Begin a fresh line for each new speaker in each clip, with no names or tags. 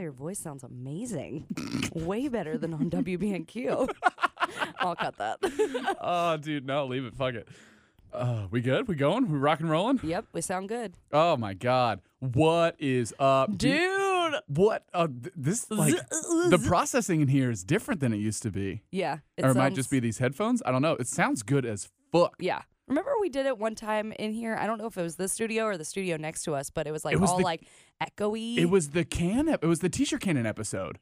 your voice sounds amazing. Way better than on WBNQ. I'll cut that.
Oh, dude, no, leave it. Fuck it. Uh, we good? We going? We rock and rolling?
yep, we sound good.
Oh my god, what is up,
Dude. uh,
What? Uh, th- this like the processing in here is different than it used to be,
Yeah.
or it might
sounds-
just be these headphones. I don't know. It sounds good as fuck.
Yeah. Remember we did it one time in here? I don't know if it was this studio or the studio next to us, but it was like
It was
all
the-
like echoey.
It was the can. Ep- it was the t-shirt cannon episode.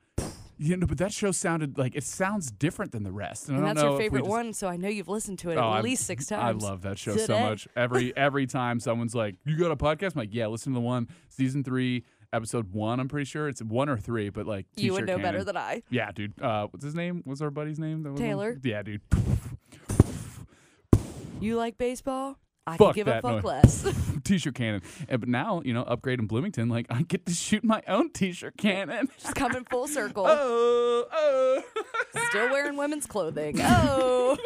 You know, but that show sounded like it sounds different than the rest. And,
and
I don't
that's
know
your
if we
favorite
just-
one, so I know you've listened to it
Oh,
at
I-
least six times.
I love that show so
today.
much. Every every time someone's like, "You got a podcast?" I'm like, "Yeah, listen to the one season three, episode one. I'm pretty sure it's one or three, but like
You would
T-shirt
know better
cannon.
than I.
Yeah, dude. Uh, what's his name? What's our buddy's name? That was on-
Taylor.
Yeah, dude.
You like baseball? I
Fuck
could give
that
a fuck
noise.
less.
t-shirt cannon. And, but now, you know, upgrade in Bloomington, like I get to shoot my own t-shirt cannon.
Just coming full circle.
oh, oh.
Still wearing women's clothing. Oh,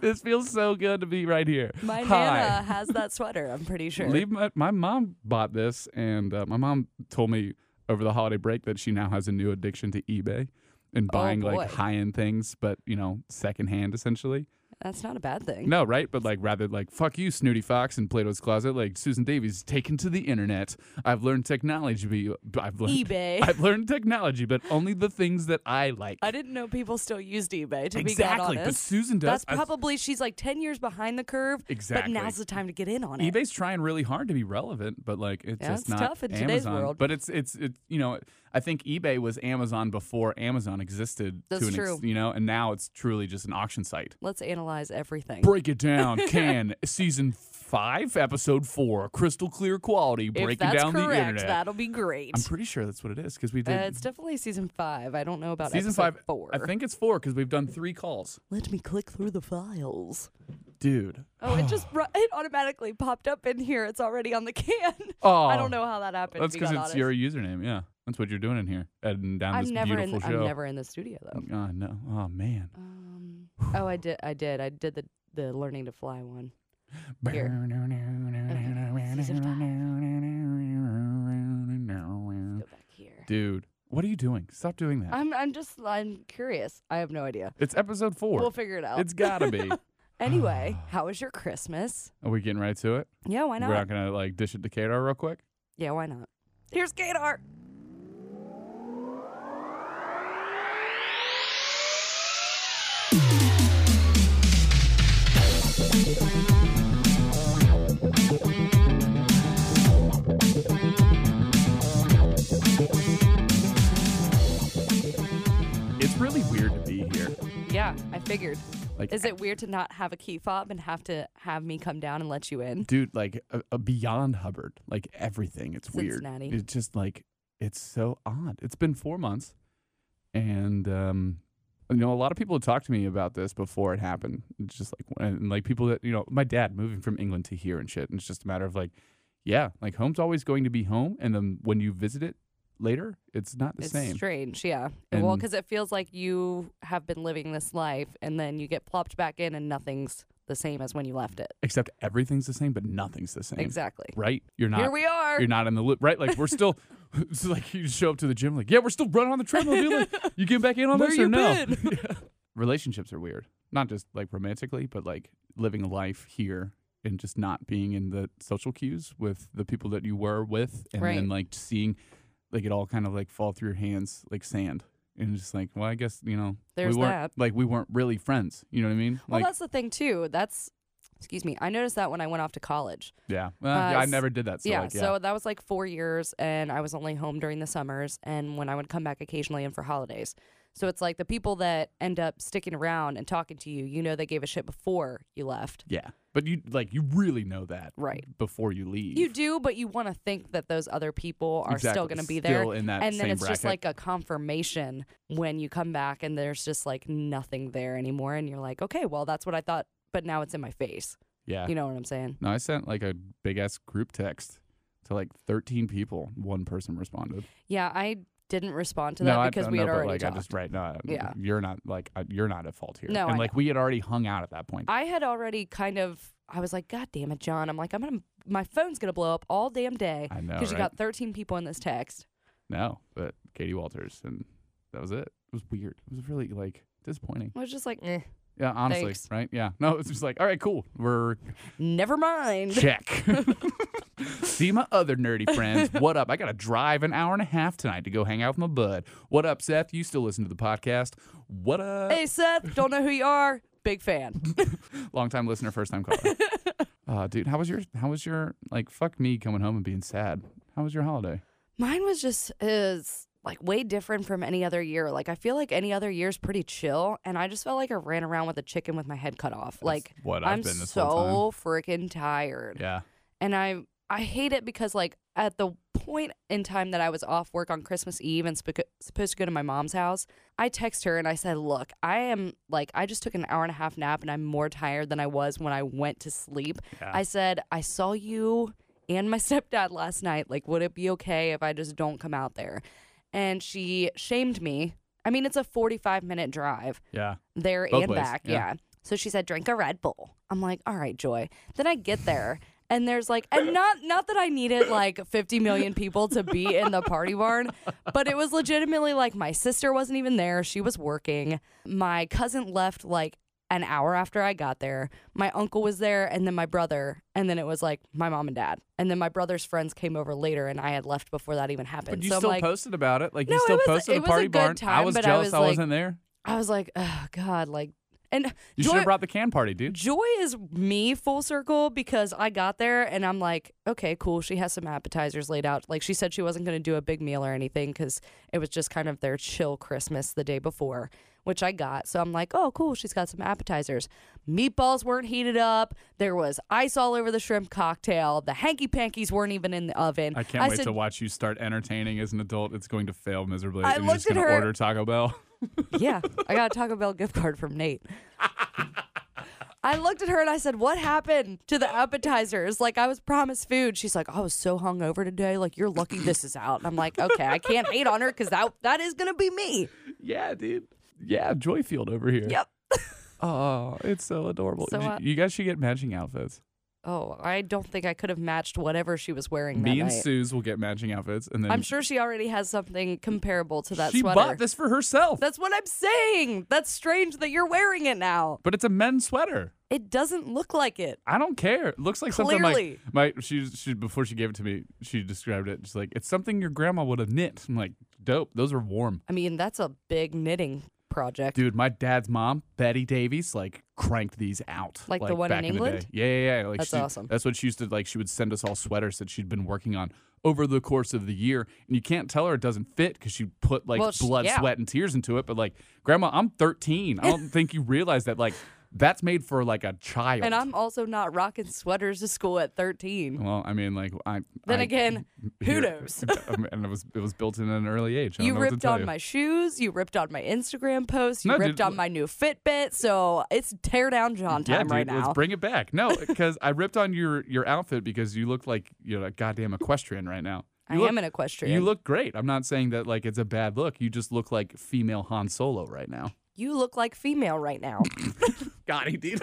this feels so good to be right here.
my
Hi.
nana has that sweater. I'm pretty sure.
Leave my, my mom bought this, and uh, my mom told me over the holiday break that she now has a new addiction to eBay and buying like
Oh, boy.
high end things, but you know, secondhand essentially.
That's not a bad thing.
No, right? But like, rather like, fuck you, Snooty Fox and Plato's Closet. Like Susan Davies taken to the internet. I've learned technology, but I've learned
eBay.
I've learned technology, but only the things that I like.
I didn't know people still used eBay. To be
exactly,
quite
but
honest,
Susan does.
that's
I-
probably she's like ten years behind the curve.
Exactly.
But now's the time to get in on it.
eBay's trying really hard to be relevant, but like it's
Yeah,
just
it's
not
tough in
Amazon.
today's world.
But it's it's it, you know I think eBay was Amazon before Amazon existed.
That's
to an
true.
Ex, you know, and now it's truly just an auction site.
Let's analyze everything.
Break it down. Can season five, episode four, crystal clear quality.
if
Breaking
that's
down
correct,
the internet.
that'll be great.
I'm pretty sure that's what it is because we
Uh,
did
it's definitely season five. I don't know about
season
episode
five.
Four.
I think it's four because we've done three calls,
Let me click through the files.
dude.
Oh, it just ru- it automatically popped up in here. It's already on the can.
Oh,
I don't know how that happened.
That's
to be
because it's
quite honest.
your username. Yeah, that's what you're doing in here, editing down
I'm
this
never in.
beautiful show.
I'm never in the studio though.
Oh no! Oh man!
Um, oh, I did. I did. I did the the learning to fly one. Here.
Mm.
Go back here.
Dude, what are you doing? Stop doing that.
I'm I'm just I'm curious. I have no idea.
it's episode 4
We'll figure it out.
it's gotta be.
anyway, how was your Christmas?
Are we getting right to it?
Yeah, why not?
We're not gonna like dish it to Kadar real quick.
Yeah, why not? Here's Kadar.
It's really weird to be here.
Yeah, I figured.
Like,
Is it weird to not have a key fob and have to have me come down and let you in?
dude, like a, a beyond Hubbard, like everything. It's
Cincinnati.
weird. It's just like it's so odd. It's been four months, and um, you know, a lot of people had talked to me about this before it happened. It's just like and like people that you know, my dad moving from England to here and shit. And it's just a matter of like, yeah, like home's always going to be home, and then when you visit it later, it's not the
it's
same.
strange, yeah. And well,
And-
because it feels like you have been living this life, and then you get plopped back in, and nothing's the same as when you left it.
Except everything's the same, but nothing's the same.
Exactly.
Right? You're not.
Here we are.
you're not in the loop, right? Like we're still, it's like you show up to the gym, like yeah, we're still running on the treadmill, dude. Like, you get back in on
Where
this
you
or no?
been?
Yeah. Relationships are weird, not just like romantically, but like living a life here and just not being in the social cues with the people that you were with, and
Right.
then like seeing, like it all kind of like fall through your hands like sand. And just like, well, I guess you know,
There's
we
that.
weren't like we weren't really friends. You know what I mean?
Well,
like,
that's the thing too. That's excuse me. I noticed that when I went off to college.
yeah, Well,
uh,
yeah, I
s-
never did that. So
yeah,
like, yeah,
So that was like four years, and I was only home during the summers, and when I would come back occasionally and for holidays. So it's like the people that end up sticking around and talking to you, you know, they gave a shit before you left.
yeah. But you like you really know that
Right.
before you leave.
You do, but you want to think that those other people are still
Exactly.
going to be there.
Still in that
and then
same
it's just like
bracket.
a confirmation when you come back and there's just like nothing there anymore. And you're like, okay, well, that's what I thought, but now it's in my face.
yeah.
You know what I'm saying?
No, I sent like a big ass group text to like 13 people. One person responded.
Yeah, I didn't respond to
no,
that
I-
because
no,
we had
but,
already
like,
talked.
I
I,
just right. No,
Yeah.
you're not like I- you're not at fault here.
No,
and
I
like we had already hung out at that point.
had already kind of. I was like, God damn it, John! I'm like, I'm gonna. My phone's gonna blow up all damn day
I know,
because you
right?
got 13 people in this text.
No, but Katie Walters, and that was it. It was weird. It was really like disappointing.
I was just like, eh,
Yeah, honestly,
Thanks.
right? Yeah. No, it's just like, all right, cool. We're
never mind.
check. See my other nerdy friends. What up? I got to drive an hour and a half tonight to go hang out with my bud. What up, Seth? You still listen to the podcast? What up?
hey, Seth, don't know who you are. Big fan.
Long time listener, first time caller. uh, dude, how was your how was your like fuck me coming home and being sad? How was your holiday?
Mine was just is like way different from any other year. Like I feel like any other year's pretty chill, and I just felt like I ran around with a chicken with my head cut off. like
what
I'm so freaking tired,
Yeah.
and I I hate it because like at the point in time that I was off work on Christmas Eve and sp- supposed to go to my mom's house, I text her and I said, "Look, I am like I just took an hour and a half nap, and I'm more tired than I was when I went to sleep.
Yeah.
I said, I saw you and my stepdad last night. Like, would it be okay if I just don't come out there? And she shamed me. I mean, it's a 45 minute drive
yeah.
there
Both
and
ways,
back.
yeah.
Yeah. So she said, drink a Red Bull. I'm like, all right, Joy. Then I get there. And there's like, and not not that I needed like 50 million people to be in the party barn, but it was legitimately like my sister wasn't even there; she was working. My cousin left like an hour after I got there. My uncle was there, and then my brother, and then it was like my mom and dad, and then my brother's friends came over later, and I had left before that even happened.
But you
so I'm
still
like,
posted about it. Like
No,
you
it
still
was-
posted
it
a
was a
party
good
barn. I
time,
was
but I
jealous
was
I
like-
wasn't there.
I was like, oh god, like, and
You should
Joy,
have brought the can party, dude.
Joy is me full circle because I got there and I'm like, okay, cool. She has some appetizers laid out. Like she said, she wasn't going to do a big meal or anything because it was just kind of their chill Christmas the day before, which I got. So I'm like, oh, cool. She's got some appetizers. Meatballs weren't heated up. There was ice all over the shrimp cocktail. The hanky pankies weren't even in the oven.
I can't wait
said,
to watch you start entertaining as an adult. It's going to fail miserably.
I
and you're just
looked at
gonna
her-
order Taco Bell.
yeah, I got a Taco Bell gift card from Nate. I looked at her and I said, "What happened to the appetizers? Like I was promised food." She's like, "I was so hungover today. Like you're lucky this is out." And I'm like, "Okay, I can't hate on her because that that is gonna be me."
yeah, dude. Yeah, Joyfield over here.
Yep.
Oh, it's so adorable.
So,
You-
uh,
you guys should get matching outfits.
Oh, I don't think I could have matched whatever she was wearing that
Me and
night.
Suze will get matching outfits, and then
I'm sure she already has something comparable to that
she
sweater.
bought this for herself.
That's what I'm saying. That's strange that you're wearing it now.
but it's a men's sweater.
It doesn't look like it.
I don't care. It looks like
Clearly.
something like my she she before she gave it to me, she described it. She's like, it's something your grandma would have knit. I'm like, dope. Those are warm,
I mean, that's a big knitting project.
dude. My dad's mom, Betty Davies, like cranked these out.
Like the one in
back the
England?
day. yeah, yeah, yeah. Like
That's
she-
awesome.
That's what she used to like. She would send us all sweaters that she'd been working on over the course of the year, and you can't tell her it doesn't fit because she put like
Well, sh-
blood,
yeah.
sweat, and tears into it. But like, grandma, I'm 13. I don't think you realize that like that's made for like a child.
And I'm also not rocking sweaters to school at 13.
Well, I mean, like I.
Then
I-
again, who knows?
I mean, and it was it was built in at an early age. I don't
You
know what to
ripped
tell
on
you.
my shoes. You ripped on my Instagram post. You
No,
ripped
dude,
on my new Fitbit. So it's tear down John
yeah,
time right
dude, Let's
now.
bring it back. No, because I ripped on your your outfit because you look like you're a goddamn equestrian right now.
I
You look,
am an equestrian.
You look great. I'm not saying that like it's a bad look. You just look like female Han Solo right now.
You look like female right now.
Got it, dude.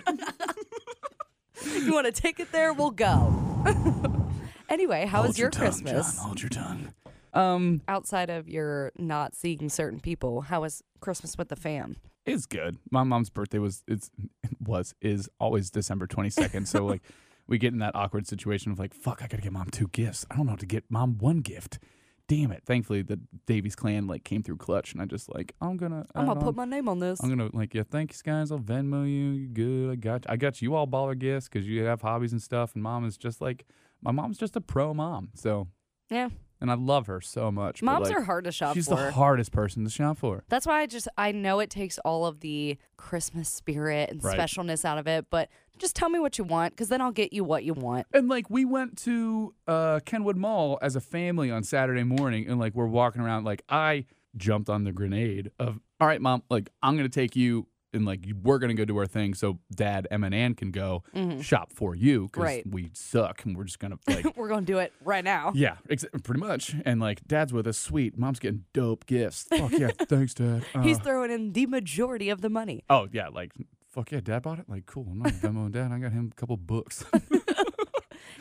you want to take it there? We'll go. anyway, how was your, Christmas?
hold your tongue. Um,
Outside of your not seeing certain people, how was Christmas with the fam?
it's good. My mom's birthday was it's it was is always December 22nd. So like we get in that awkward situation of like fuck, I got to get mom two gifts. I don't know how to get mom one gift. Damn it. Thankfully the Davies clan like came through clutch and I just like I'm going to
I'm going to put my name on this.
I'm gonna like yeah, thanks guys. I'll Venmo you. You good? I got you. I got you all baller gifts because you have hobbies and stuff. And mom is just like my mom's just a pro mom. So
yeah.
and I love her so much. but,
Moms
like,
are hard to shop
She's
for.
the hardest person to shop for.
That's why I just I know it takes all of the Christmas spirit and
Right.
specialness out of it, but just tell me what you want cuz then I'll get you what you want.
And like we went to uh, Kenwood Mall as a family on Saturday morning, and like we're walking around. Like I jumped on the grenade of, all right, mom, like I'm gonna take you, and like we're gonna go do our thing, so Dad, Em, and Ann can go shop for you because
Mm-hmm. Right.
we suck, and we're just gonna like.
We're going to do it right now.
Yeah, ex- pretty much. And like, dad's with us. Sweet, mom's getting dope gifts. Fuck yeah, thanks, dad. Uh,
He's throwing in the majority of the money.
oh yeah, like, fuck yeah, dad bought it. Like, cool. I'm not Venmo dad. I got him a couple books.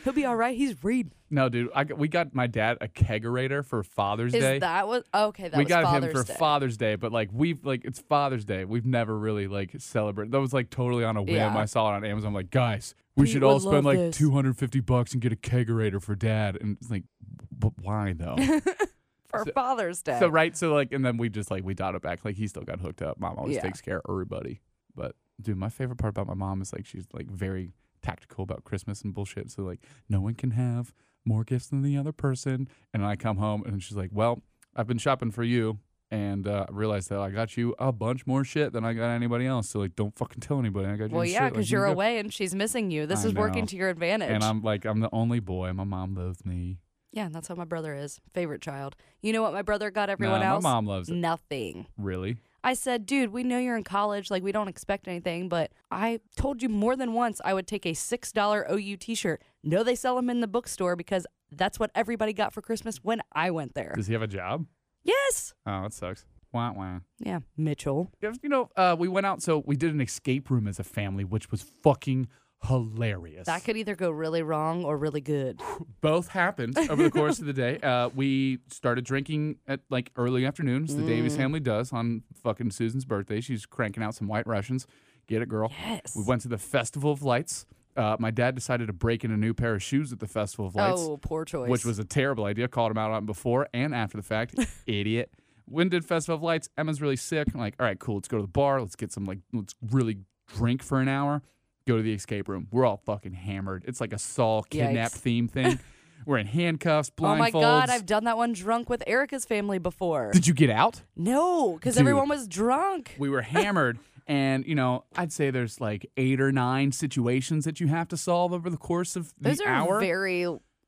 He'll be all right. He's reading.
No, dude, I, got- we got my dad a kegerator for Father's
Is
Day.
that what? Okay, that
we
was
got
Father's
him for
Day.
Father's Day, but like we've like it's Father's Day. We've never really like celebrated. That was like totally on a whim.
Yeah.
I saw it on Amazon. I'm like, guys, we
Pete
should
would
all spend
love
like
this."
250 bucks and get a kegerator for dad. And it's like, but why though?
for Father's Day.
so right, so like, and then we just like we dialed it back. Like he still got hooked up. Mom always
Yeah.
takes care of everybody. But dude, my favorite part about my mom is like she's like very tactical about Christmas and bullshit. So like, no one can have more gifts than the other person. And I come home and she's like, well, I've been shopping for you. And uh, I realized that I got you a bunch more shit than I got anybody else. So like, don't fucking tell anybody. I got you.
well,
this
yeah,
shit.
because
Like, you
you're
go-
away and she's missing you. This
I
is
know.
working to your advantage.
And I'm like, I'm the only boy. My mom loves me.
yeah, that's how my brother is. Favorite child. You know what my brother got everyone
Nah,
else? Mm.
My mom loves it.
Nothing.
Really?
I said, dude, we know you're in college. Like, we don't expect anything, but I told you more than once I would take a $6 OU t shirt. No, they sell them in the bookstore because that's what everybody got for Christmas when I went there.
Does he have a job?
Yes.
Oh, that sucks. Wah wah.
Yeah, Mitchell.
Yes, You know, uh, we went out, so we did an escape room as a family, which was fucking hilarious.
That could either go really wrong or really good.
Both happened over the course of the day. Uh, we started drinking at like early afternoon, as the Davies
Mm.
family does on fucking Susan's birthday. She's cranking out some White Russians. Get it, girl.
Yes.
We went to the Festival of Lights. Uh, my dad decided to break in a new pair of shoes at the Festival of Lights.
oh, poor choice.
which was a terrible idea. Called him out on it before and after the fact. Idiot. When did Festival of Lights? Emma's really sick. I'm like, all right, cool. Let's go to the bar. Let's get some like, let's really drink for an hour. Go to the escape room. We're all fucking hammered. It's like a Saul kidnap
Yikes.
theme thing. We're in handcuffs, blindfolds.
Oh my God, I've done that one drunk with Erica's family before.
Did you get out?
No, because
Dude.
everyone was drunk.
We were hammered. And you know, I'd say there's like eight or nine situations that you have to solve over the course of the
Those are
hour.
very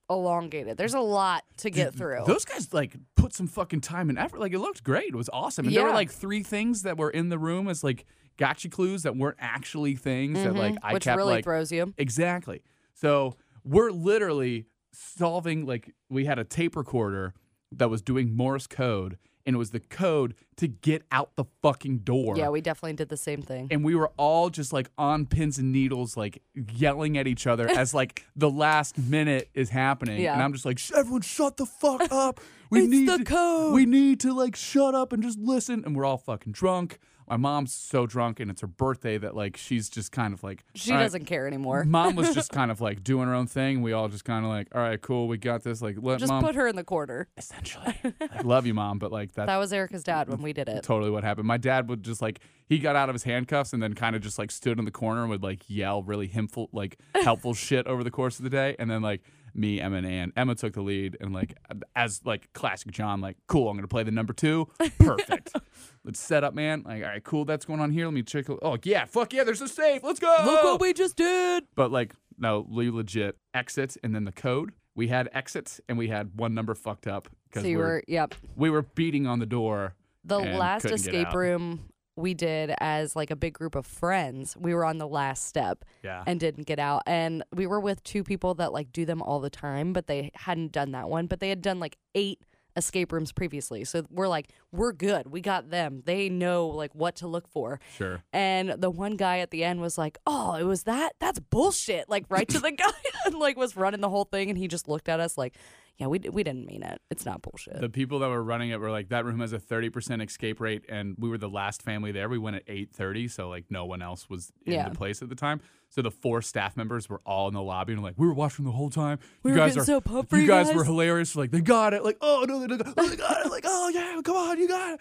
elongated. There's a lot to get through.
Those guys like put some fucking time and effort. Like it looked great. It was awesome. And there were
Yeah.
like three things that were in the room as like gotcha clues that weren't actually things that like I
Mm-hmm. which
kept
really
like
throws you.
exactly. So we're literally solving like we had a tape recorder that was doing Morse code and it was the code to get out the fucking door.
Yeah, we definitely did the same thing.
and we were all just like on pins and needles, like yelling at each other as like the last minute is happening.
Yeah.
And I'm just like, "Sh- everyone, shut the fuck up. We
It's
need
the
to,
code."
We need to like shut up and just listen. And we're all fucking drunk. My mom's so drunk, and it's her birthday that like she's just kind of like
She
"All right."
doesn't care anymore.
Mom was just kind of like doing her own thing. We all just kind of like, all right, cool, we got this. Like, let
Just
mom
put her in the corner.
essentially. Like, love you, mom, but like that's
That was Erica's dad when we did it.
totally what happened. My dad would just like he got out of his handcuffs and then kind of just like stood in the corner and would like yell really helpful like helpful shit over the course of the day. And then like me, Emma, and Ann, Emma took the lead and like as like classic John, like cool, I'm gonna play the number two, perfect. Let's set up, man. Like all right, cool, that's going on here. Let me check. Oh yeah, fuck yeah, there's a safe. Let's go.
Look what we just did.
But like, no, we legit exit and then the code. We had exits and we had one number fucked up
So
because we
you
were
were, yep.
we were beating on the door.
The
and
last
couldn't get
escape
out.
room we did as like a big group of friends. We were on the last step
Yeah.
and didn't get out. And we were with two people that like do them all the time, but they hadn't done that one, but they had done like eight escape rooms previously. So we're like, we're good. We got them. They know like what to look for.
Sure.
And the one guy at the end was like, "Oh, it was that. That's bullshit." Like right to the guy, and like was running the whole thing, and he just looked at us like, "Yeah, we we didn't mean it. It's not bullshit."
The people that were running it were like, that room has a 30% escape rate, and we were the last family there. We went at 8.30, so, like, no one else was in
Yeah.
the place at the time. So the four staff members were all in the lobby and like, we were watching the whole time.
We
you
were
guys
getting
are,
so pumped for you
guys, were
guys."
hilarious. Like, they got it. Like, oh, no, they, got- oh, they got it. Like, oh, yeah, come on, you got it.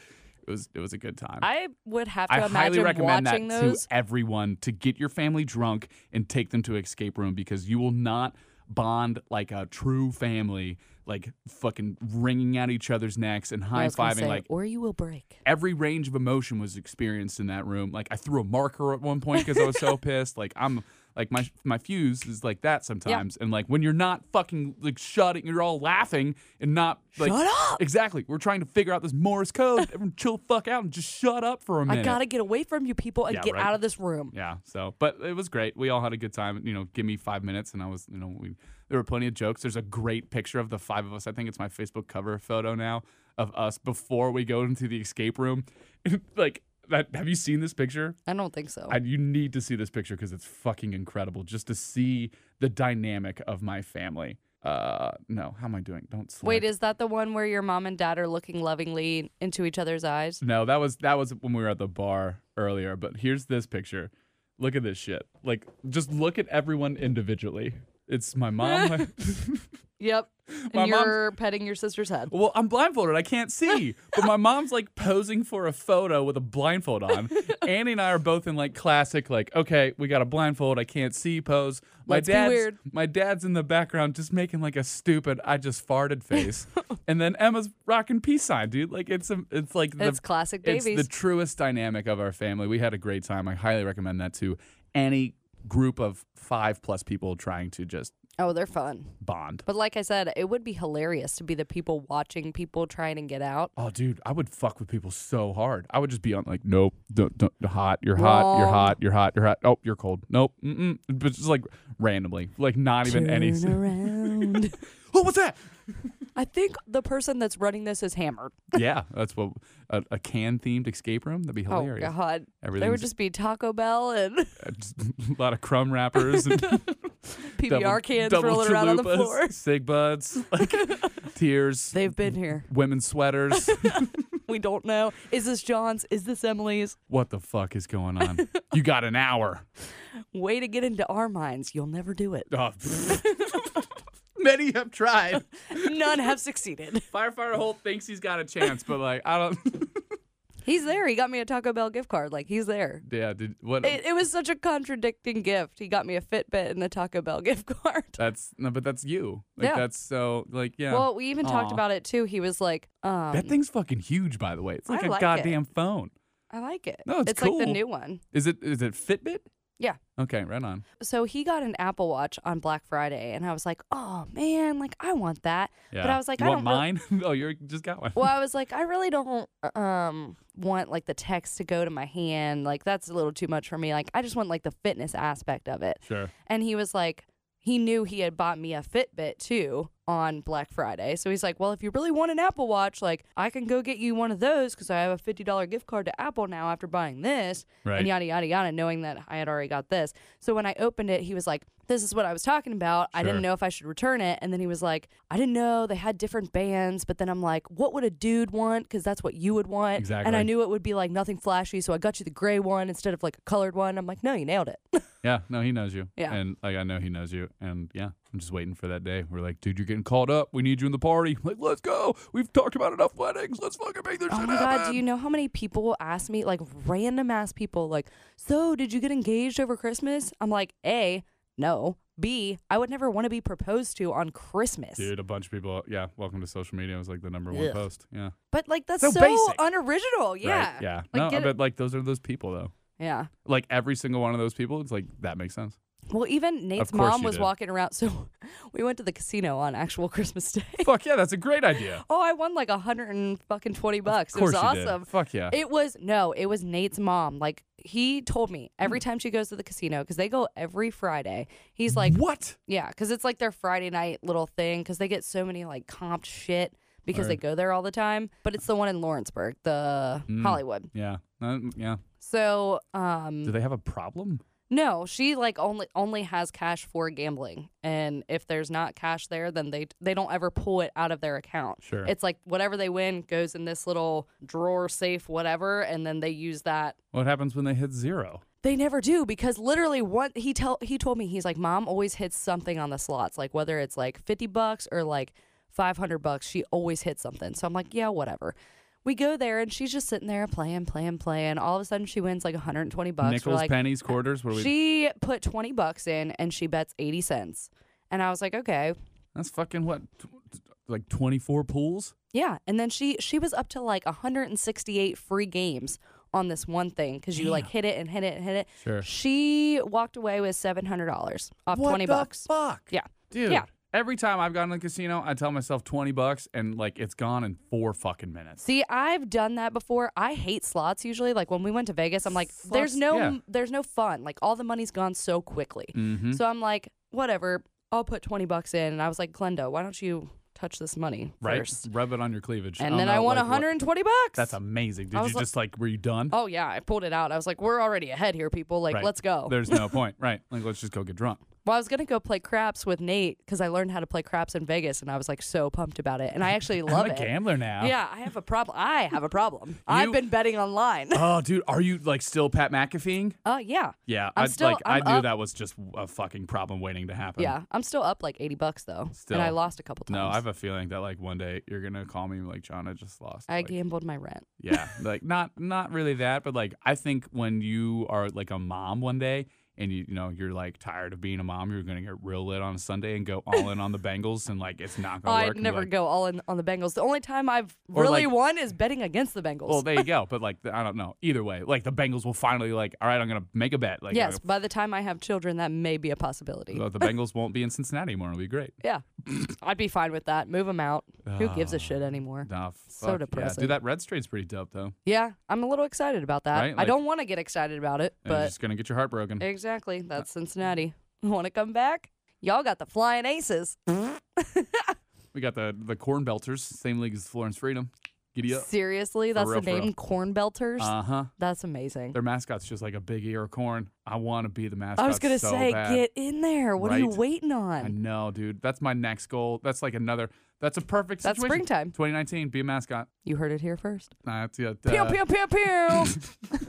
It was, it was a good time.
I would have to
I highly
imagine
recommend that
watching
to
those.
everyone to get your family drunk and take them to escape room because you will not bond like a true family, like fucking wringing out each other's necks and
I
high
was gonna say,
fiving. Like
or you will break.
every range of emotion was experienced in that room. Like I threw a marker at one point because I was so pissed. Like I'm like my my fuse is like that sometimes. And like when you're not fucking like shutting, you're all laughing and not like
Shut up!
Exactly. We're trying to figure out this Morse code. Everyone chill the fuck out and just shut up for a minute.
I gotta get away from you people and
Yeah,
get
right.
out of this room.
Yeah. So, but it was great. We all had a good time. You know, give me five minutes, and I was, you know, we there were plenty of jokes. There's a great picture of the five of us. I think it's my Facebook cover photo now of us before we go into the escape room. like that, have you seen this picture?
I don't think so.
I, you need to see this picture because it's fucking incredible. Just to see the dynamic of my family. Uh, no, how am I doing? Don't select.
Wait, is that the one where your mom and dad are looking lovingly into each other's eyes?
No, that was that was when we were at the bar earlier. But here's this picture. Look at this shit. Like, just look at everyone individually. It's my mom. my-
Yep.
My
and
mom's-
you're petting your sister's head.
well, I'm blindfolded. I can't see. But my mom's like posing for a photo with a blindfold on. Annie and I are both in like classic, like, okay, we got a blindfold. I can't see pose. My
Let's be
dad's
weird.
my dad's in the background just making like a stupid I just farted face. and then Emma's rocking peace sign, dude. Like it's a, it's like the
It's classic babies.
It's the truest dynamic of our family. We had a great time. I highly recommend that to any group of five plus people trying to just
oh, they're fun.
bond.
But like I said, it would be hilarious to be the people watching people trying to get out.
Oh, dude, I would fuck with people so hard. I would just be on like, nope, don't, don't, you're hot, you're hot, you're
Wrong.
hot, you're hot, you're hot. Oh, you're cold. Nope, mm-mm. But just like randomly, like not even any.
Turn around.
Oh, what's that?
I think the person that's running this is hammered.
yeah, that's what a, a can themed escape room. That'd be hilarious.
Oh God! There would
Everything's
just be Taco Bell and
just a lot of crumb wrappers and
PBR
double,
cans
double
rolling around on the
chalupas,
floor.
Sig Buds, like tears,
They've been here.
women's sweaters.
We don't know. Is this John's? Is this Emily's?
what the fuck is going on? You got an hour.
Way to get into our minds. You'll never do it.
Oh, Many have tried.
None have succeeded.
Firefighter Holt thinks he's got a chance, but like I don't.
He's there. He got me a Taco Bell gift card. Like he's there.
Yeah, did what?
It, it was such a contradicting gift. He got me a Fitbit and a Taco Bell gift card.
that's no, but that's you. Like
Yeah.
that's so like yeah.
Well, we even talked
Aw.
about it too. He was like, um,
that thing's fucking huge, by the way. It's
I
like a
like it.
goddamn phone.
I like it.
No, it's
like the
cool.
new one.
Is it? Is it Fitbit?
Yeah.
Okay, right on.
So he got an Apple Watch on Black Friday, and I was like, oh man, like I want that.
Yeah.
But I was like,
you
I
want
don't really-
mine? oh, you just got one.
Well, I was like, I really don't um want like the text to go to my hand. Like that's a little too much for me. Like I just want like the fitness aspect of it.
Sure.
And he was like, he knew he had bought me a Fitbit too on Black Friday. So he's like, well, if you really want an Apple Watch, like I can go get you one of those because I have a $50 gift card to Apple now after buying this
Right.
and yada, yada, yada, knowing that I had already got this. So when I opened it, he was like, this is what I was talking about. I
Sure.
didn't know if I should return it. And then he was like, I didn't know they had different bands. But then I'm like, what would a dude want? Because that's what you would want. And
Exactly.
I knew it would be like nothing flashy. So I got you the gray one instead of like a colored one. I'm like, no, you nailed it.
Yeah, no, he knows you.
Yeah.
And like I know he knows you. And yeah, I'm just waiting for that day. We're like, dude, you're getting called up. We need you in the party. like, let's go. We've talked about enough weddings. Let's fucking make this
Oh
shit
my
happen.
god, do you know how many people ask me, like random ass people, like, so did you get engaged over Christmas? I'm like, A, no. B, I would never want to be proposed to on Christmas.
Dude, a bunch of people. Yeah, welcome to social media. was like the number one
Ugh.
post. Yeah.
But like that's
So
so,
basic.
unoriginal. Yeah.
Right. Yeah.
Like,
no, I
get it-
bet like those are those people though.
Yeah.
Like every single one of those people, it's like that makes sense.
Well, even Nate's
course
mom
you
was
did.
walking around. So we went to the casino on actual Christmas Day.
Fuck yeah, that's a great idea.
Oh, I won like a hundred and fucking twenty bucks.
Of course
it was
you did.
awesome.
Fuck yeah.
It was no, it was Nate's mom. Like he told me
Hmm.
every time she goes to the casino because they go every Friday. He's like,
what?
Yeah, because it's like their Friday night little thing because they get so many like comped shit because they
Word.
go there all the time. But it's the one in Lawrenceburg, the
Mm.
Hollywood.
Yeah. Uh, yeah.
So,
Do
um,
they have a problem?
no, she like only only has cash for gambling, and if there's not cash there, then they they don't ever pull it out of their account.
Sure.
It's like whatever they win goes in this little drawer, safe, whatever, and then they use that
what happens when they hit zero?
They never do because literally what he tell he told me he's like mom always hits something on the slots like whether it's like 50 bucks or like 500 bucks she always hits something. So I'm like, yeah, whatever. We go there and she's just sitting there playing, playing, playing. All of a sudden she wins like 120 bucks. We're
Nickels,
like,
pennies, quarters. What are we?
she put 20 bucks in and she bets 80 cents. And I was like, okay.
That's fucking what, t- t- like twenty four pools.
Yeah, and then she she was up to like 168 free games on this one thing because you like hit it and hit it and hit it.
Sure.
She walked away with seven hundred dollars off Uh, twenty bucks.
fuck?
Yeah.
dude.
Yeah.
Every time I've gone to the casino, I tell myself twenty bucks, and like it's gone in four fucking minutes.
See, I've done that before. I hate slots usually. Like when we went to Vegas, I'm like,
Slots,
there's no
yeah.
there's no fun. Like all the money's gone so quickly.
Mm-hmm.
So I'm like, whatever. I'll put twenty bucks in, and I was like, Glenda, why don't you touch this money
right?
first.
Rub it on your cleavage.
And
don't
then
know,
I won
like, what-
120 bucks.
That's amazing. Did
I
you
was like-
just like, were you done?
Oh yeah, I pulled it out. I was like, "We're already ahead here, people. Like,
Right.
let's go."
There's no point. Right. Like, let's just go get drunk.
Well, I was gonna go play craps with Nate because I learned how to play craps in Vegas, and I was like so pumped about it, and I actually love
I'm a
it.
gambler now.
Yeah, I have a problem. I have a problem. I've
You-
been betting online.
Oh, dude, are you like still Pat McAfeeing?
Oh yeah,
Yeah,
I'm
I'd-
still-
like
I'm
knew
up-
that was just a fucking problem waiting to happen.
yeah. I'm still up like 80 bucks though,
Still.
and I lost a couple times.
No, uh, I have a feeling that like one day you're gonna call me and be like John, I just lost.
I
Like,
gambled my rent.
yeah, like not not really that, but like I think when you are like a mom one day and you you know you're like tired of being a mom, you're gonna get real lit on a Sunday and go all in on the Bengals and like it's not gonna work.
Oh, I'd
and be
never
like,
go all in on the Bengals. The only time I've
Or,
really
like-
won is betting against the Bengals.
Well, there you go. But like I don't know. Either way, like the Bengals will finally like all right, I'm gonna make a bet. Like
yes,
uh,
by the time I have children, that may be a possibility.
but the Bengals won't be in Cincinnati anymore. It'll be great.
yeah, I'd be fine with that. Move them out. Who gives
Ah.
a shit anymore?
Nah,
So
fuck yeah.
depressing.
Dude, that Reds trade's pretty dope though.
Yeah, I'm a little excited about that.
Right,
I
like-
don't want to get excited about it,
and you're
but
just gonna get your heart broken.
exactly. That's Cincinnati. Want to come back? Y'all got the flying aces.
We got the the Corn Belters, same league as Florence Freedom. Giddy up.
Seriously,
For
that's
real,
the
for real.
name, Corn Belters.
Uh huh.
that's amazing.
Their mascot's just like a big ear of corn. I want to be the mascot.
I was gonna
so
say,
bad.
get in there. What are you
Right?
waiting
I
on?
know, dude. That's my next goal. That's like another. That's a perfect.
That's
situation.
springtime.
2019. Be a mascot.
You heard it here first.
Nah, that's it.
Pew
Uh,
pew pew pew.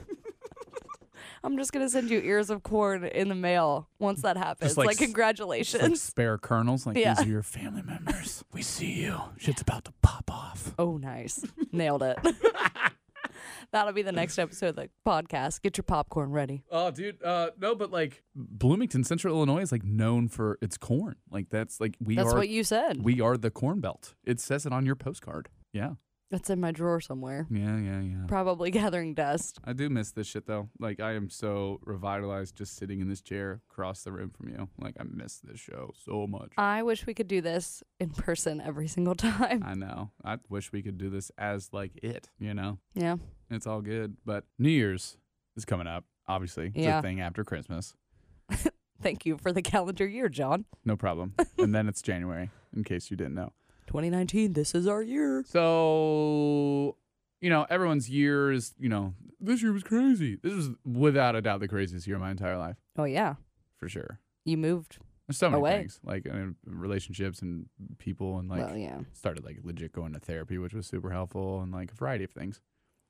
I'm just gonna send you ears of corn in the mail once that happens.
like
Like,
s-
congratulations.
it's like spare kernels. Like
Yeah.
these are your family members. We see you. Shit's about to pop off.
Oh, nice. Nailed it. That'll be the next episode of the podcast. Get your popcorn ready.
Oh, dude. Uh, no, but like Bloomington, Central Illinois is like known for its corn. Like that's like we
That's
are.
what you said.
we are the Corn Belt. It says it on your postcard. Yeah.
That's in my drawer somewhere.
Yeah. Yeah. Yeah.
Probably gathering dust.
I do miss this shit though. Like I am so revitalized just sitting in this chair across the room from you. Like I miss this show so much.
I wish we could do this in person every single time.
I know. I wish we could do this as like it, you know.
Yeah.
It's all good, but New Year's is coming up, obviously. It's
Yeah.
a thing after Christmas.
Thank you for the calendar year, John.
No problem. and then it's January, in case you didn't know.
2019, this is our year.
So, you know, everyone's year is, you know, this year was crazy. This is without a doubt the craziest year of my entire life,
Oh, yeah.
for sure.
You moved.
There's so many
Away.
things, like I mean, relationships and people, and like
well, yeah.
started like legit going to therapy, which was super helpful, and like a variety of things.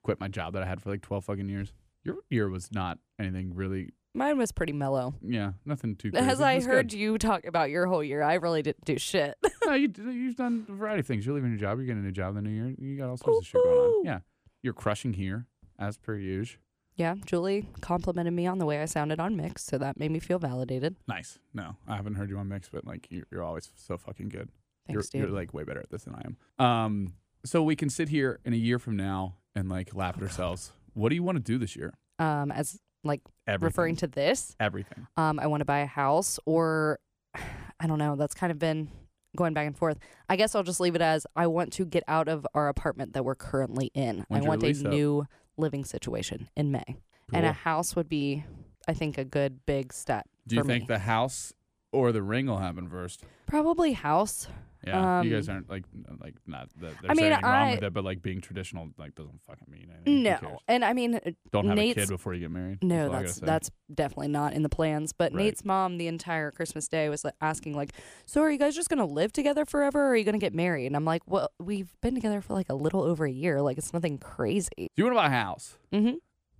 Quit my job that I had for like 12 fucking years. Your year was not anything really,
Mine was pretty mellow.
yeah, nothing too. Crazy.
As I heard you talk about your whole year, I really didn't do shit.
you, no, you, d- you've done a variety of things. You're leaving your job. You're getting a new job in the new year. You got all sorts of shit going
Woo-hoo.
on. Yeah, you're crushing here as per usual.
yeah, Julie complimented me on the way I sounded on Mix, so that made me feel validated.
Nice. No, I haven't heard you on mix, but like you're, you're always so fucking good.
Thanks,
you're,
dude.
you're like way better at this than I am. Um, so we can sit here in a year from now and like
Oh,
laugh at ourselves. What do you want to do this year?
um, as like
Everything.
referring to this,
everything.
um, I want to buy a house, or I don't know. That's kind of been going back and forth. I guess I'll just leave it as I want to get out of our apartment that we're currently in. I
When's your
want a
lease up?
new living situation in May, and a
Cool.
house would be, I think, a good big step.
Do you
for
think
me.
the house or the ring will happen first?
Probably house.
Yeah,
Um,
you guys aren't like n- like not that there's
I mean,
anything wrong
I-
with it, but like being traditional like doesn't fucking mean anything. Who
No,
cares?
and I mean,
don't have a
Nate's-
kid before you get married.
No,
all I
that's
gotta say.
that's definitely not in the plans. But
Right.
Nate's mom the entire Christmas day was like, asking like, "So are you guys just gonna live together forever? or Are you gonna get married?" And I'm like, "Well, we've been together for like a little over a year. Like it's nothing crazy."
So you want to buy a house?
Mm-hmm.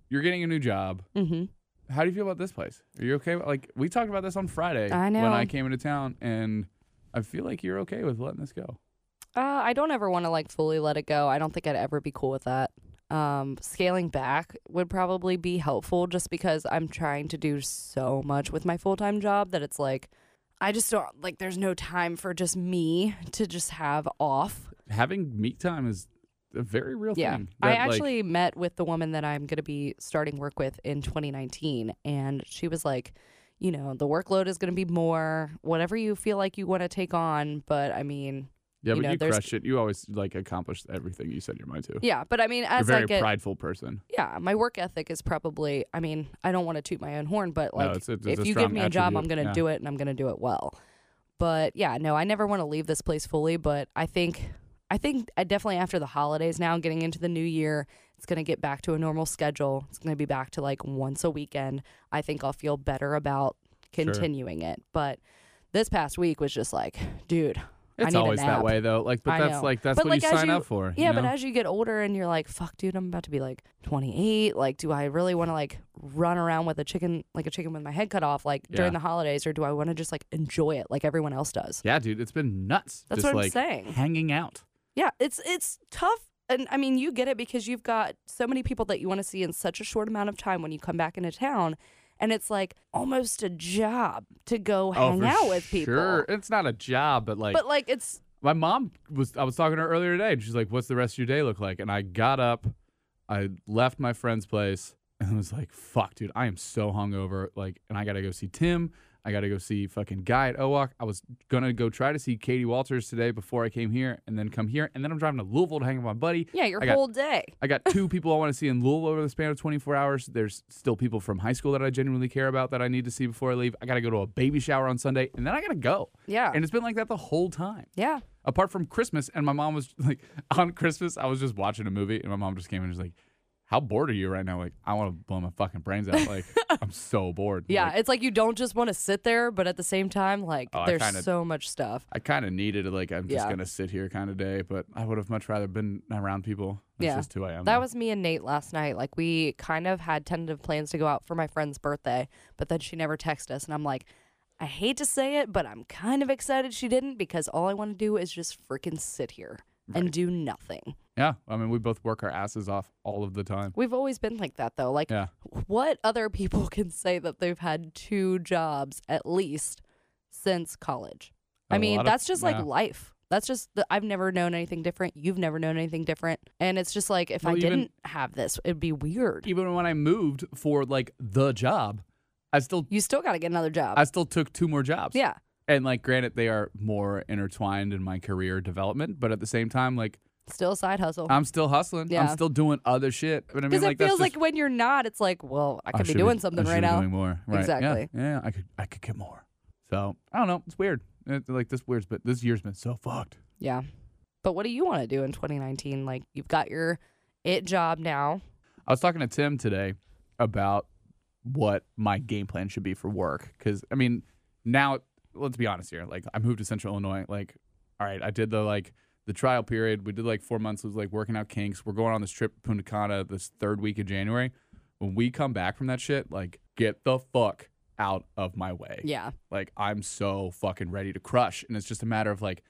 You're getting a new job.
Mm-hmm.
How do you feel about this place? Are you okay? with- Like we talked about this on Friday
I
when I
know.
came into town, and I feel like you're okay with letting this go.
Uh, I don't ever want to like fully let it go. I don't think I'd ever be cool with that. Um, scaling back would probably be helpful just because I'm trying to do so much with my full time job that it's like. I just don't like there's no time for just me to just have off.
Having meet time is a very real
Yeah.
thing.
I
Mm, that, like-
actually met with the woman that I'm going to be starting work with in 2019. And she was like, you know, the workload is going to be more, whatever you feel like you want to take on. But I mean, you
yeah, but
know,
you
there's-
crushed it. You always like accomplished everything you set your mind to.
yeah. But I mean,
You're a
as I
very
get,
prideful person.
yeah, my work ethic is probably, I mean, I don't want to toot my own horn, but like,
it's a- it's a
if you
strong
give me a job,
attribute,
I'm going to
yeah.
do it and I'm going to do it well. But yeah, no, I never want to leave this place fully, but I think I think I definitely after the holidays now, getting into the new year, it's gonna get back to a normal schedule. It's gonna be back to like once a weekend. I think I'll feel better about continuing it. But this past week was just like, dude, I
It's
need a
always that
nap.
way though.
I
Like, but
know.
that's like that's
But,
what you
like, as
sign
you-
up for.
Yeah,
you know?
but as you get older and you're like, fuck, dude, I'm about to be like 28. Like, do I really want to like run around with a chicken, like a chicken with my head cut off, like during
Yeah.
the holidays, or do I want to just like enjoy it like everyone else does?
yeah, dude, it's been nuts.
That's
just
what I'm
like
saying.
hanging out.
Yeah, it's it's tough, and I mean, you get it because you've got so many people that you want to see in such a short amount of time when you come back into town, and it's like almost a job to go hang
Oh, for
out with people.
Sure, it's not a job, but like
But like, it's
my mom was. I was talking to her earlier today, and she's like, "What's the rest of your day look like?" And I got up, I left my friend's place, and was like, "Fuck, dude, I am so hungover." Like, and I gotta go see Tim. I gotta go see fucking guy at Owok. I was gonna go try to see Katie Walters today before I came here, and then come here, and then I'm driving to Louisville to hang with my buddy.
yeah, your
I got-
whole day.
I got two people I want to see in Louisville over the span of 24 hours. There's still people from high school that I genuinely care about that I need to see before I leave. I got to go to a baby shower on Sunday, and then I got to go.
Yeah.
And it's been like that the whole time,
Yeah.
apart from Christmas. And my mom was like, on Christmas, I was just watching a movie, and my mom just came in and was like, how bored are you right now? Like, I want to blow my fucking brains out. Like, I'm so bored.
Yeah,
Like,
it's like you don't just want to sit there, but at the same time, like
Oh, I
there's
kinda-
so much stuff.
I kind of needed it. Like, I'm just
Yeah.
going to sit here kind of day, but I would have much rather been around people. That's
Yeah.
just who I am.
That was me and Nate last night. Like we kind of had tentative plans to go out for my friend's birthday, but then she never texted us, and I'm like, I hate to say it, but I'm kind of excited she didn't because all I want to do is just freaking sit here and do nothing.
yeah. I mean, we both work our asses off all of the time.
We've always been like that though. Like,
Yeah.
what other people can say that they've had two jobs at least since college? I
A
mean,
lot of-
that's just
yeah.
like life. That's just the, I've never known anything different. You've never known anything different, and it's just like if I
Well, even-
didn't have this, it'd be weird.
even when I moved for like the job, I still
You still got to get another job.
I still took two more jobs.
yeah,
And like granted they are more intertwined in my career development, but at the same time like
still a side hustle.
I'm still hustling. I'm
Yeah.
still doing other shit. But I mean
Because
like
it feels
that's
like
just,
when you're not, it's like, well, I could be
should
doing
I
something
should
right
be
now.
Doing more. Right. Yeah.
Exactly.
Yeah, I could I could get more. So, I don't know, it's weird. It's like this weird's but this year's been so fucked.
Yeah, but what do you want to do in 2019? Like, you've got your it job now.
I was talking to Tim today about what my game plan should be for work. Cause I mean, now let's be honest here. Like I moved to central Illinois. Like, all right, I did the like the trial period. We did like four months of like working out kinks. We're going on this trip to Punta Cana this third week of January. When we come back from that shit, like get the fuck out of my way.
Yeah,
Like I'm so fucking ready to crush. And it's just a matter of like,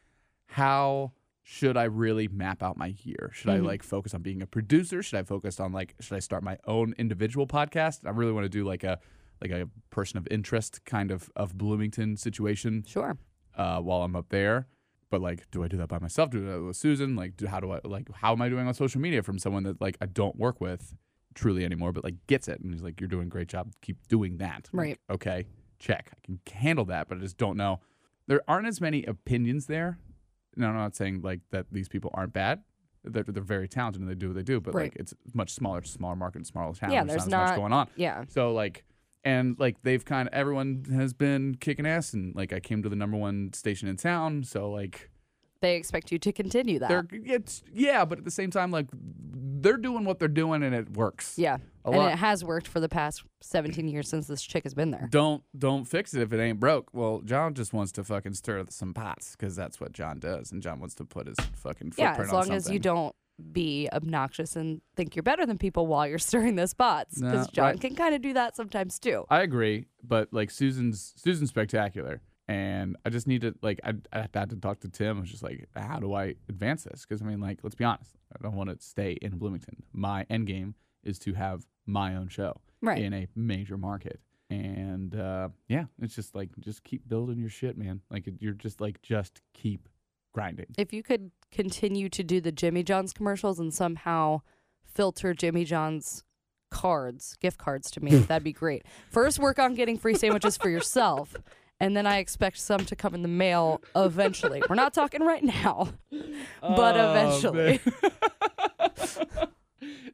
how should I really map out my year? Should I like focus on being a producer? Should I focus on like should I start my own individual podcast? I really want to do like a like a person of interest kind of of Bloomington situation
sure.
uh, while I'm up there. But like, do I do that by myself? Do that with Susan? Like, do, how do I like? How am I doing on social media from someone that like I don't work with truly anymore, but like gets it and he's like, "You're doing a great job. Keep doing that." I'm like, okay. Check. I can handle that, but I just don't know. There aren't as many opinions there. No, I'm not saying like that these people aren't bad. They're, they're very talented and they do what they do, but
Right.
like it's much smaller, smaller market, smaller town.
Yeah,
there's
there's
not
not-
as much going on.
Yeah,
So like, and like they've kind of everyone has been kicking ass, and like I came to the number one station in town. So like,
they expect you to continue that.
they're it's yeah, but at the same time, like they're doing what they're doing, and it works.
yeah,
a
and
lot-
it has worked for the past 17 years since this chick has been there.
Don't don't fix it if it ain't broke. Well, John just wants to fucking stir some pots because that's what John does, and John wants to put his fucking footprint
yeah, as
on
long as you
something.
don't be obnoxious and think you're better than people while you're stirring those pots, because
No,
John
right.
can kind of do that sometimes too.
I agree, but like Susan's Susan's spectacular, and I just need to like I, I had to talk to Tim. I was just like, how do I advance this? Because I mean, like, let's be honest, I don't want to stay in Bloomington. My end game is to have my own show
Right.
in a major market. And uh, yeah, it's just like just keep building your shit, man. Like you're just like just keep grinding.
If you could continue to do the Jimmy John's commercials and somehow filter Jimmy John's cards, gift cards to me, that'd be great. First, work on getting free sandwiches for yourself. And then I expect some to come in the mail eventually. We're not talking right now, but
Oh,
eventually.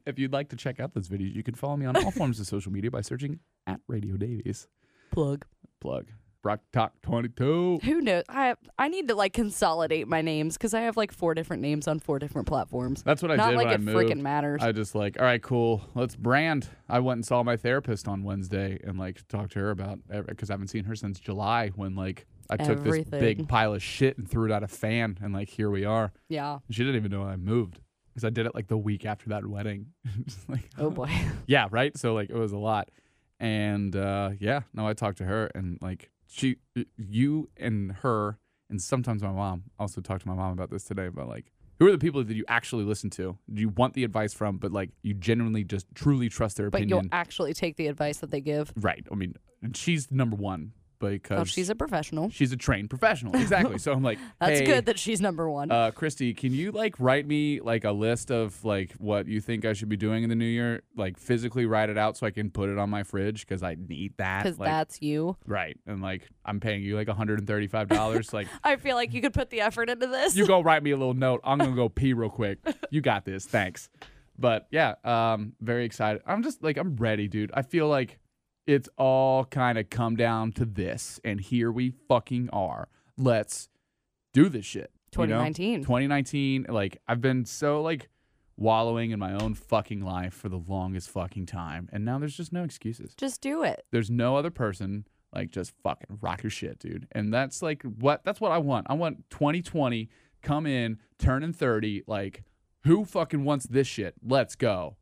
if you'd like to check out those videos, you can follow me on all forms of social media by searching at Radio Davies.
Plug.
plug. Rock Talk 22.
Who knows? I I need to like consolidate my names because I have like four different names on four different platforms.
That's what I
Not
did
like
when I
it
moved.
freaking matters.
I just like, all right, cool. Let's brand. I went and saw my therapist on Wednesday and like talked to her about because I haven't seen her since July when like I took
Everything.
this big pile of shit and threw it out a fan and like here we are.
yeah.
And she didn't even know I moved because I did it like the week after that wedding. Just like,
Oh boy.
yeah, right. So like it was a lot, and uh, yeah, no, I talked to her and like she, you and her, and sometimes my mom. I also talked to my mom about this today about like who are the people that you actually listen to, you want the advice from, but like you genuinely just truly trust their
But you'll
opinion.
actually take the advice that they give.
right. I mean, she's number one because
Oh, she's a professional.
she's a trained professional. Exactly. so I'm like,
That's
hey,
good that she's number one.
uh, Christy, can you like write me like a list of like what you think I should be doing in the new year? Like physically write it out so I can put it on my fridge because I need that.
Because
like,
that's you.
right, and like I'm paying you like 135 dollars. like
I feel like you could put the effort into this.
you go write me a little note. I'm gonna go pee real quick. You got this. Thanks. But yeah, um, very excited. I'm just like I'm ready, dude. I feel like it's all kind of come down to this, and here we fucking are. Let's do this shit. you know?
2019.
2019 like i've been so like wallowing in my own fucking life for the longest fucking time and now there's just no excuses
Just do it.
there's no other person like just fucking rock your shit dude and that's like what that's what i want i want 2020 come in turning 30 like who fucking wants this shit let's go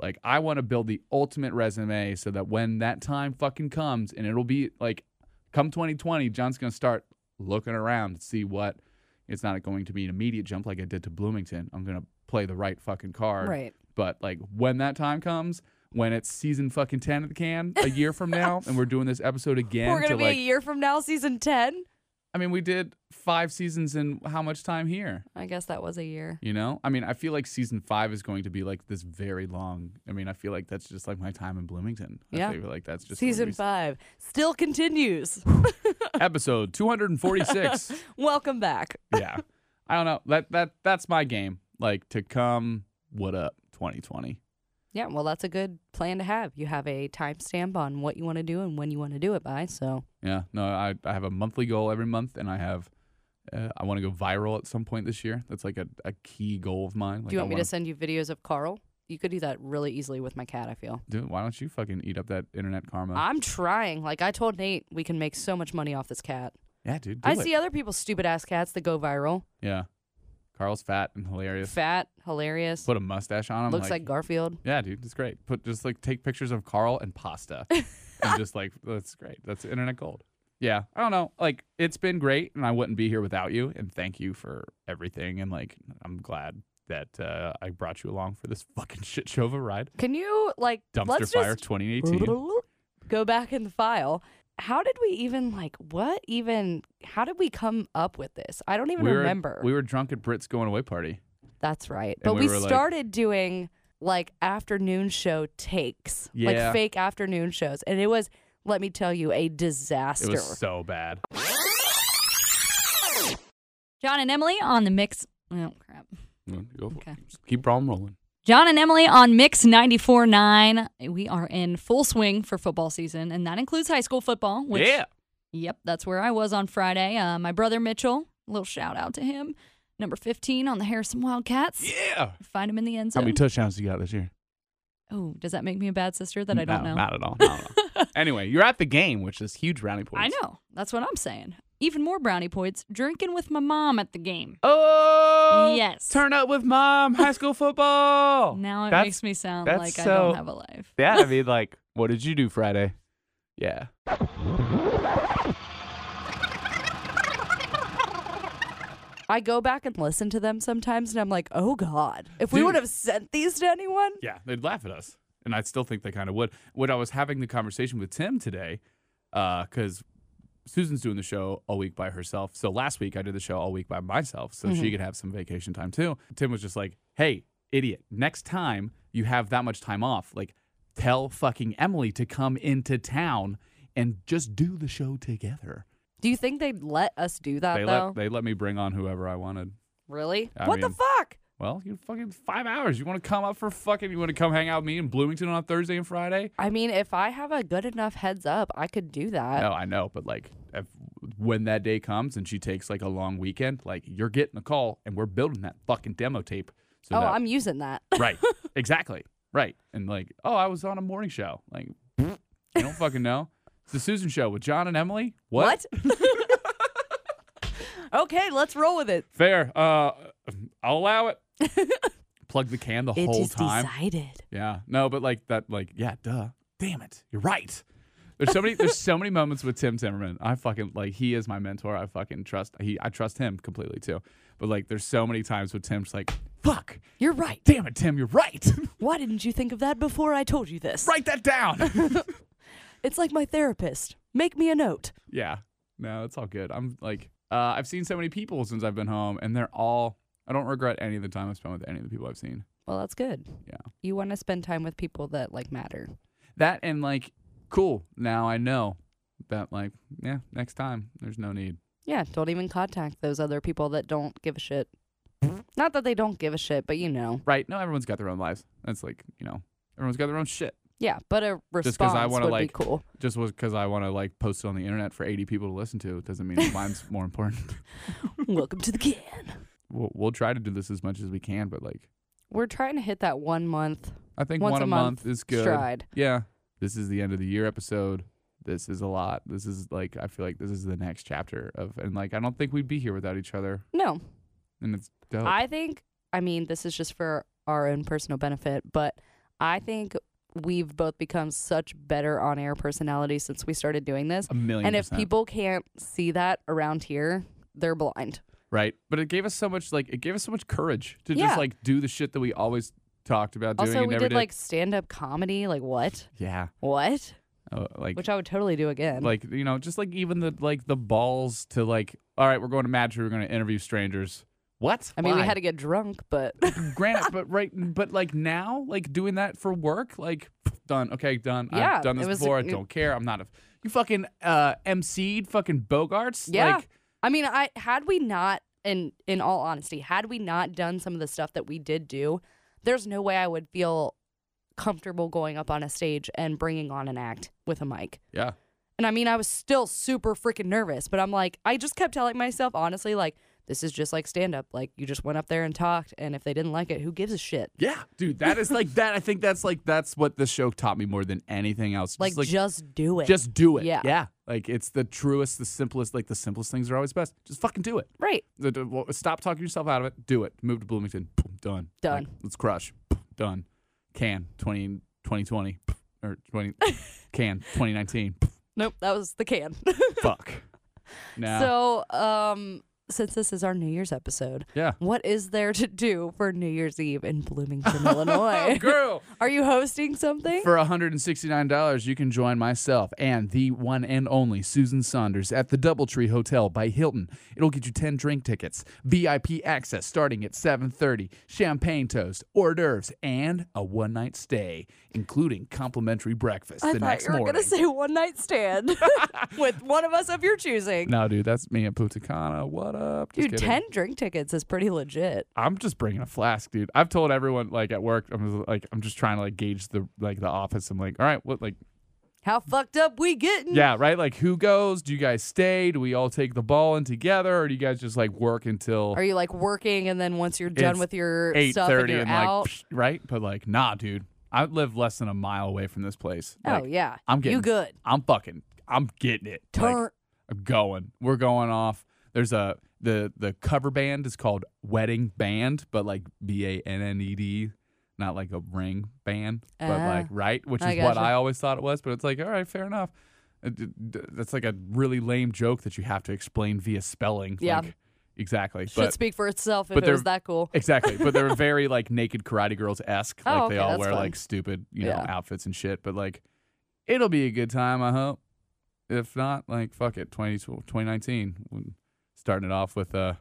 like i want to build the ultimate resume so that when that time fucking comes and it'll be like come 2020 john's gonna start looking around to see what it's not going to be an immediate jump like i did to bloomington i'm gonna play the right fucking card
Right.
but like when that time comes, when it's season fucking ten of the can, a year from now, and we're doing this episode again
We're gonna
to
be
like,
a year from now, season ten.
I mean, we did five seasons in how much time here?
I guess that was a year.
You know, I mean, I feel like season five is going to be like this very long. I mean, I feel like that's just like my time in Bloomington.
Yeah.
I feel like that's just
Season five still continues.
episode two hundred and forty six.
Welcome back.
yeah, I don't know. That that that's my game. Like to come, what up, twenty twenty.
Yeah, well, that's a good plan to have. You have a timestamp on what you want to do and when you want to do it by. So
Yeah, no, I, I have a monthly goal every month, and I have uh, I want to go viral at some point this year. That's like a, a key goal of mine. Like
do you
I
want me
wanna-
to send you videos of Carl? You could do that really easily with my cat, I feel.
Dude, why don't you fucking eat up that internet karma?
I'm trying. Like I told Nate, we can make so much money off this cat.
yeah, dude, do
I
it.
see other people's stupid ass cats that go viral.
Yeah, Carl's fat and hilarious.
Fat, hilarious.
Put a mustache on him.
Looks like Garfield.
yeah, dude, it's great. Put just like take pictures of Carl and pasta, and just like that's great. That's internet gold. Yeah, I don't know. Like it's been great, and I wouldn't be here without you. And thank you for everything. And like I'm glad that uh, I brought you along for this fucking shit show of a ride.
Can you like
Dumpster
let's
Fire
just
2018.
go back in the file? How did we even like what even how did we come up with this? I don't even
We were,
remember.
we were drunk at Brit's going away party.
That's right. But
we
we,
were like-
started doing like afternoon show takes,
Yeah.
like fake afternoon shows. And it was, let me tell you, a
It
disaster.
was so bad.
John and Emily on the mix. Oh, crap.
Mm,
Okay.
Keep problem rolling.
John and Emily on Mix 94.9. We are in full swing for football season, and that includes high school football. Which,
yeah.
Yep, that's where I was on Friday. Uh, my brother Mitchell, a little shout out to him. Number 15 on the Harrison Wildcats.
Yeah.
Find him in the end
How
zone.
many touchdowns you got this year?
oh, does that make me a bad sister that I don't
No,
know?
Not at all. Not at all. anyway, you're at the game, which is huge brownie points.
I know. That's what I'm saying. Even more brownie points, drinking with my mom at the game.
Oh.
Yes.
Turn up with mom. High school football.
Now it
That's-
makes me sound
that's
like I
so-
don't have a life.
yeah, I mean, like, what did you do Friday? Yeah.
I go back and listen to them sometimes and I'm like, oh God, if we
Dude.
would have sent these to anyone,
Yeah, they'd laugh at us, and I still think they kind of would. When I was having the conversation with Tim today, because Susan's doing the show all week by herself. So last week I did the show all week by myself, so she could have some vacation time too. Tim was just like, "Hey, idiot! Next time you have that much time off, like, tell fucking Emily to come into town and just do the show together."
do you think they'd let us do that
they
though?
let they let me bring on whoever I wanted.
really?
I
what the
mean-
fuck?
Well, you fucking five hours. You want to come up for fucking? You want to come hang out with me in Bloomington on Thursday and Friday?
I mean, if I have a good enough heads up, I could do that.
No, I know, but like, if, when that day comes and she takes like a long weekend, like you're getting a call and we're building that fucking demo tape. So
oh,
that-
I'm using that.
right, exactly, right. And like, oh, I was on a morning show. Like, you don't fucking know. It's the Susan Show with John and Emily. What?
okay, let's roll with it.
Fair. Uh, I'll allow it. Plug the can the
It
whole
is
time.
decided.
Yeah. No, but like that, like, yeah, duh. Damn it. You're right. There's so many there's so many moments with Tim Timmerman. I fucking like he is my mentor. I fucking trust he I trust him completely too. But like there's so many times with Tim's like, fuck,
You're right.
damn it, Tim, you're right.
Why didn't you think of that before I told you this?
Write that down.
It's like my therapist. Make me a note.
yeah. No, it's all good. I'm like uh, I've seen so many people since I've been home and they're all I don't regret any of the time I spent with any of the people I've seen.
Well, that's good.
Yeah.
You want to spend time with people that like matter.
That and like, cool. Now I know that like, yeah, next time there's no need.
Yeah, don't even contact those other people that don't give a shit. Not that they don't give a shit, but you know.
Right. No, everyone's got their own lives. That's like, you know, everyone's got their own shit.
Yeah, but a response
Just 'cause I
would
wanna, like-
be cool.
Just because I want to like post it on the internet for 80 people to listen to doesn't mean mine's more important.
Welcome to the can.
We'll, we'll try to do this as much as we can, but like,
We're trying to hit that one month
I think
Once
one
a
a month, is good.
stride.
Yeah. This is the end of the year episode. This is a lot. This is like, I feel like this is the next chapter of, and like, I don't think we'd be here without each other.
No,
And it's dope.
I think, I mean, this is just for our own personal benefit, but I think we've both become such better on air personalities since we started doing this.
a million
And if
percent.
people can't see that around here, they're blind.
right but it gave us so much like it gave us so much courage to
Yeah.
just like do the shit that we always talked about doing
also,
and
we
never
did like stand up comedy. Like, what?
yeah
What?
Uh, like
Which I would totally do again.
like you know just like even the like the balls to like all right we're going to Madrid we're going to interview strangers what
I mean, we
Why?
had to get drunk, but
granted but right but like now like doing that for work like done okay done
Yeah,
I've done
it
this
was-
before I don't care I'm not a you fucking uh MC'd fucking Bogarts
Yeah.
like
I mean, I had we not, in in all honesty, had we not done some of the stuff that we did do, there's no way I would feel comfortable going up on a stage and bringing on an act with a mic.
yeah
And I mean, I was still super freaking nervous, but I'm like, I just kept telling myself, honestly, like this is just like stand up. Like you just went up there and talked, and if they didn't like it, who gives a shit?
yeah dude that is like that I think that's like that's what this show taught me more than anything else
Like,
just, like
just do it.
Just do it.
Yeah.
Like it's the truest, the simplest. Like the simplest things are always best. Just fucking do it.
right.
The- the- well, Stop talking yourself out of it. Do it. Move to Bloomington. Boom, Done.
Done.
Like, let's crush. Boom, Done. Can 20, 2020 or 20 can 2019.
Nope, that was the can.
Fuck. Nah.
So, um, since this is our New Year's episode,
Yeah.
what is there to do for New Year's Eve in Bloomington, Illinois?
Oh, Girl,
Are you hosting something?
for $169, you can join myself and the one and only Susan Saunders at the Doubletree Hotel by Hilton. It'll get you 10 drink tickets, VIP access starting at 7:30, champagne toast, hors d'oeuvres, and a one-night stay, including complimentary breakfast
I
the
thought
next
you were
morning.
gonna say one night stand with one of us of your choosing.
no, dude, that's me at Putacana. What up? Just
Dude,
kidding.
ten drink tickets is pretty legit.
I'm just bringing a flask, dude. I've told everyone like at work, I'm just, like I'm just trying to like gauge the like the office. I'm like, all right, what like
How fucked up we getting?
Yeah, right. Like, who goes? Do you guys stay? Do we all take the ball in together, or do you guys just like work until
Are you like working and then once you're done
It's
with your
eight
stuff and
thirty
you're
and
out?
like psh, right? But like, nah, dude. I live less than a mile away from this place.
oh
Like,
yeah,
I'm getting
you good.
I'm fucking. I'm getting it. Like,
Turn.
I'm going. We're going off. There's a the the cover band is called Wedding Band, but like B A N N E D, not like a ring band, but
Ah.
like right, which is
I
what
gotcha.
I always thought it was. But it's like, all right, fair enough. Uh, d- d- That's like a really lame joke that you have to explain via spelling.
Yeah.
Like, exactly.
Should
But
speak for itself if
but
it was
they're-
that cool.
Exactly, but they're very like naked karate girls esque.
Oh,
like
okay,
they all
that's
wear
fun.
like stupid, you know,
Yeah.
outfits and shit. But like, it'll be a good time. I hope. If not, like, fuck it. 20, 2019. When- Starting it off with uh,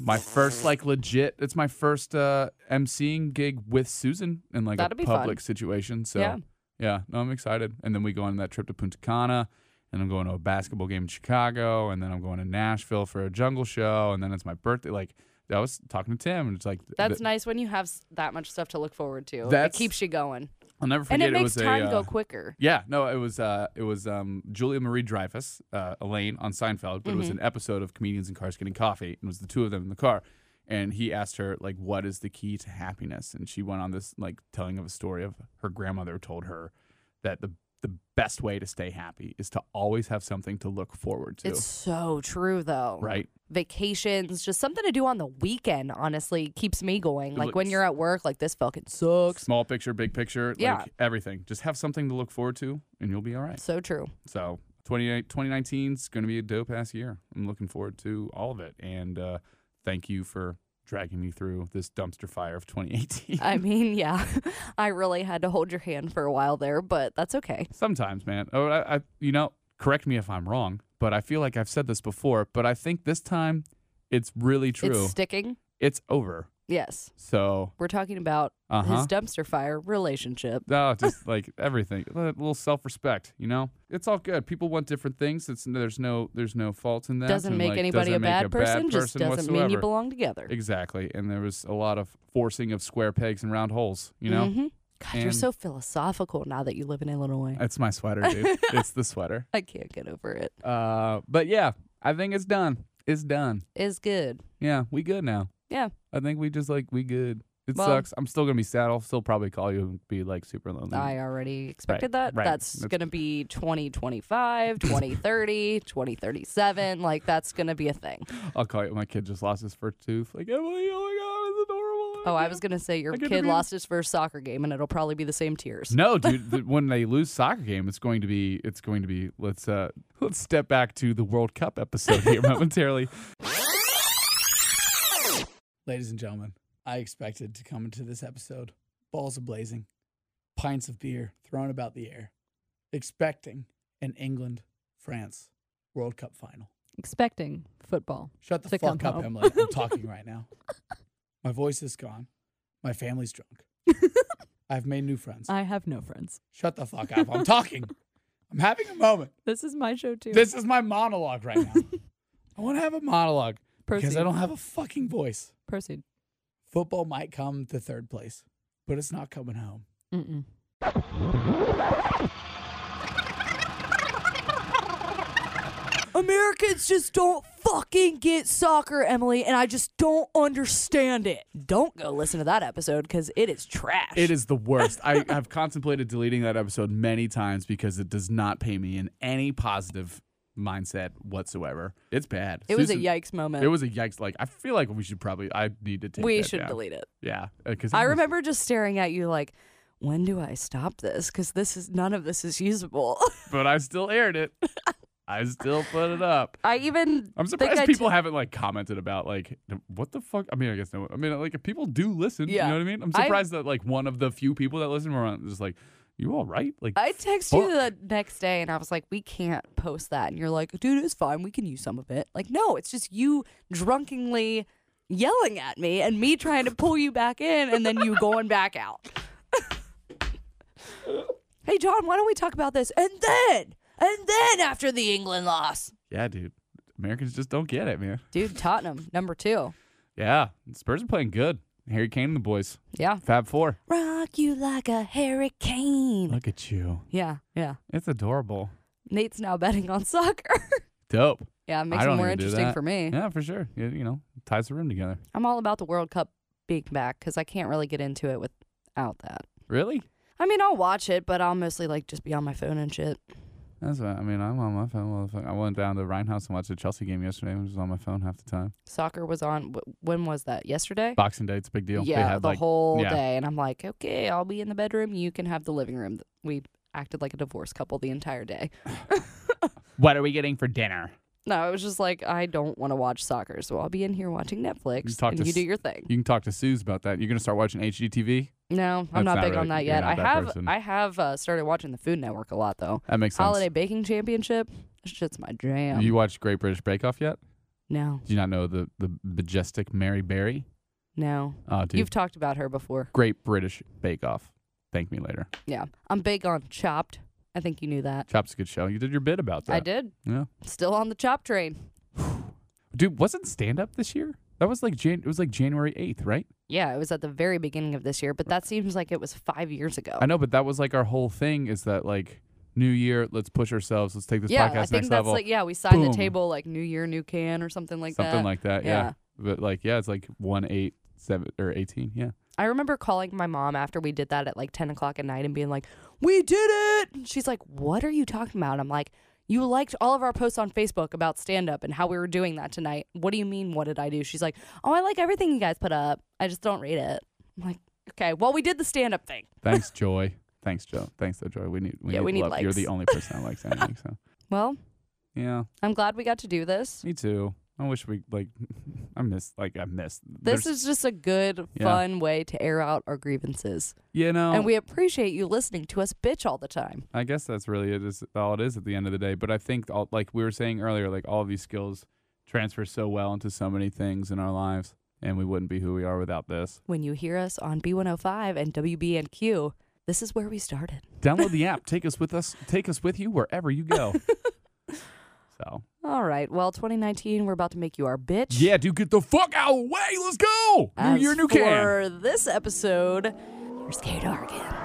my first like legit. It's my first uh emceeing gig with Susan in like
That'll
a
be fun.
public situation. So
Yeah.
yeah, no, I'm excited. And then we go on that trip to Punta Cana. And I'm going to a basketball game in Chicago, and then I'm going to Nashville for a jungle show, and then it's my birthday. Like, I was talking to Tim, and it's like th-
That's
th-
nice when you have s- that much stuff to look forward to.
That's-
it keeps you going,
I'll never
and
forget.
it makes
was
time
a, uh,
go quicker.
Yeah, no, it was uh, it was um, Julia Marie Dreyfus, uh, Elaine on Seinfeld, but it was
Mm-hmm.
an episode of Comedians in Cars Getting Coffee, and it was the two of them in the car. And he asked her like, "What is the key to happiness?" And she went on this like telling of a story of her grandmother told her that the the best way to stay happy is to always have something to look forward to.
It's so true, though.
right?
Vacations, just something to do on the weekend. Honestly, keeps me going. Like when
looks-
you're at work, like this fucking sucks.
Small picture, big picture,
Yeah.
like everything. Just have something to look forward to, and you'll be all right.
So true.
So 2019 is going to be a dope ass year. I'm looking forward to all of it. And uh, thank you for dragging me through this dumpster fire of 2018.
I mean, yeah, I really had to hold your hand for a while there, but that's okay.
Sometimes, man. Oh, I, I, you know, correct me if I'm wrong, but I feel like I've said this before, but I think this time it's really true.
It's
It's,
sticking.
over.
Yes,
So,
we're talking about
uh huh.
his dumpster fire relationship.
No, just like everything. A little self-respect, you know. It's all good. People want different things. It's there's no there's no fault in that.
Doesn't
and,
make
like,
anybody
doesn't
a,
make
bad person, just
person
doesn't mean you
whatsoever.
belong together.
Exactly. And there was a lot of forcing of square pegs and round holes, you know?
Mhm. God, you're
And-
so philosophical now that you live in Illinois.
It's my sweater, dude. it's the sweater.
I can't get over it.
Uh, but yeah, I think it's done. It's done.
It's good.
Yeah, we good now.
Yeah.
I think we just like, we good. It
Well-
sucks. I'm still going to be sad. I'll still probably call you and be like super lonely.
I already expected that.
Mm. right.
That's,
That's-
going to be 2025, 2030, 2037. Like, that's going to be a thing.
I'll call you. My kid just lost his first tooth. Like, Emily, oh my God, it's adorable.
Oh, I was going to say your
I get to
kid
be in-
lost his first soccer game, and it'll probably be the same tears.
No, dude. th- when they lose soccer game, it's going to be it's going to be let's uh let's step back to the World Cup episode here momentarily.
Ladies and gentlemen, I expected to come into this episode balls ablazing, pints of beer thrown about the air, expecting an England France World Cup final.
Expecting football.
Shut the
To
fuck
come
up,
home.
Emily. I'm talking right now. My voice is gone. My family's drunk. I've made new friends.
Uh,
I have no friends.
Shut the fuck up. I'm talking. I'm having a moment.
This is my show too.
This is my monologue right now. I want to have a monologue because I
Proceed.
don't have a fucking voice.
Proceed.
Football might come to third place, but it's not coming home.
Mm-mm.
Americans just don't fucking get soccer, Emily, and I just don't understand it. Don't go listen to that episode because it is trash.
It is the worst. I have contemplated deleting that episode many times because it does not pay me in any positive mindset whatsoever. It's bad.
It was a
Susan-
yikes moment.
It was a yikes. Like I feel like we should probably. I need to take.
we
that
should
down.
delete it.
Yeah, because
I remember just staring at you like, when do I stop this? Because this is none of this is usable.
But I still aired it. I still put it up.
I even
I'm
think I
surprised people
t-
haven't like commented about like what the fuck. I mean, I guess no. I mean, like if people do listen,
Yeah.
you know what I mean. I'm
I-
surprised that like one of the few people that listen were on- just like, "You all right?" Like
I texted you the next day and I was like, we can't post that. And you're like, dude, it's fine. We can use some of it. Like, no, it's just you drunkenly yelling at me and me trying to pull you back in and then you going back out. hey, John, why don't we talk about this? And then, and then after the England loss,
Yeah, dude. Americans just don't get it, man.
dude, Tottenham, number two.
Yeah. Spurs are playing good. Harry Kane and the boys.
Yeah.
Fab Four.
Rock you like a hurricane.
Look at you.
Yeah, yeah.
It's adorable.
Nate's now betting on soccer.
Dope.
yeah, it makes
I
it
don't
more
even do
interesting
that.
for me.
Yeah, for sure. Yeah, you know, ties the room together.
I'm all about the World Cup being back because I can't really get into it without that.
Really?
I mean, I'll watch it, but I'll mostly like just be on my phone and shit.
That's what I mean. I'm on my phone. all the fuck- I went down to Rhinehouse and watched the Chelsea game yesterday. I was on my phone half the time.
Soccer was on. wh- When was that? Yesterday.
Boxing Day, it's a big deal. they
Yeah,
had
the
like
whole
yeah.
day, and I'm like, okay, I'll be in the bedroom. You can have the living room. We acted like a divorced couple the entire day.
What are we getting for dinner?
No, it was just like I don't want to watch soccer, so I'll be in here watching Netflix,
You talk
and
to
you
s-
do your thing.
You can talk to Suze about that. You're gonna start watching HGTV.
No,
That's
I'm not
not
big
really-
on that
you're
yet.
not
I
that
have
person.
I have uh, started watching the Food Network a lot though.
That makes sense.
Holiday Baking Championship, that shit's my jam.
You watched Great British Bake Off yet?
no,
Do you not know the the majestic Mary Berry?
no,
Oh, dude,
you've talked about her before.
Great British Bake Off. Thank me later.
Yeah, I'm big on Chopped. I think you knew that.
Chop's a good show. You did your bit about that.
I did.
Yeah.
Still on the Chop train.
Dude, wasn't stand up this year? That was like Jan- it was like January 8th, right?
Yeah, it was at the very beginning of this year, but that seems like it was five years ago.
I know, but that was like our whole thing is that like new year, let's push ourselves, let's take this
yeah,
podcast
I think
next
that's
level.
like yeah, we signed
Boom.
the table like New Year, New Can or something like
something
that.
like that, yeah.
Yeah.
But like yeah, it's like 1 8 7 or 18, yeah.
I remember calling my mom after we did that at like ten o'clock at night and being like, "We did it!" And she's like, "What are you talking about?" I'm like, "You liked all of our posts on Facebook about stand up and how we were doing that tonight. What do you mean? What did I do?" She's like, "Oh, I like everything you guys put up. I just don't read it." I'm like, "Okay, well, we did the stand up thing.
Thanks, Joy. Thanks, Joe. Thanks, though, Joy. We need we
Yeah,
need
we need
love. You're
likes.
the only person that likes anything, so.
Well,
Yeah,
I'm glad we got to do this.
me too. I wish we like I miss like I miss
This
there's-
is just a good,
Yeah. Oh.
fun way to air out our grievances,
you know
and we appreciate you listening to us bitch all the time.
I guess that's really it is all it is at the end of the day. But I think all, like we were saying earlier, like all of these skills transfer so well into so many things in our lives, and we wouldn't be who we are without this.
When you hear us on B105 and WBNQ, this is where we started.
Download the app. Take us with us. Take us with you wherever you go. so
All right. Well, 2019, we're about to make you our bitch.
yeah, dude, get the fuck out of the way. Let's go. New
As
year, new
for
can.
this episode, there's Kate Arkin.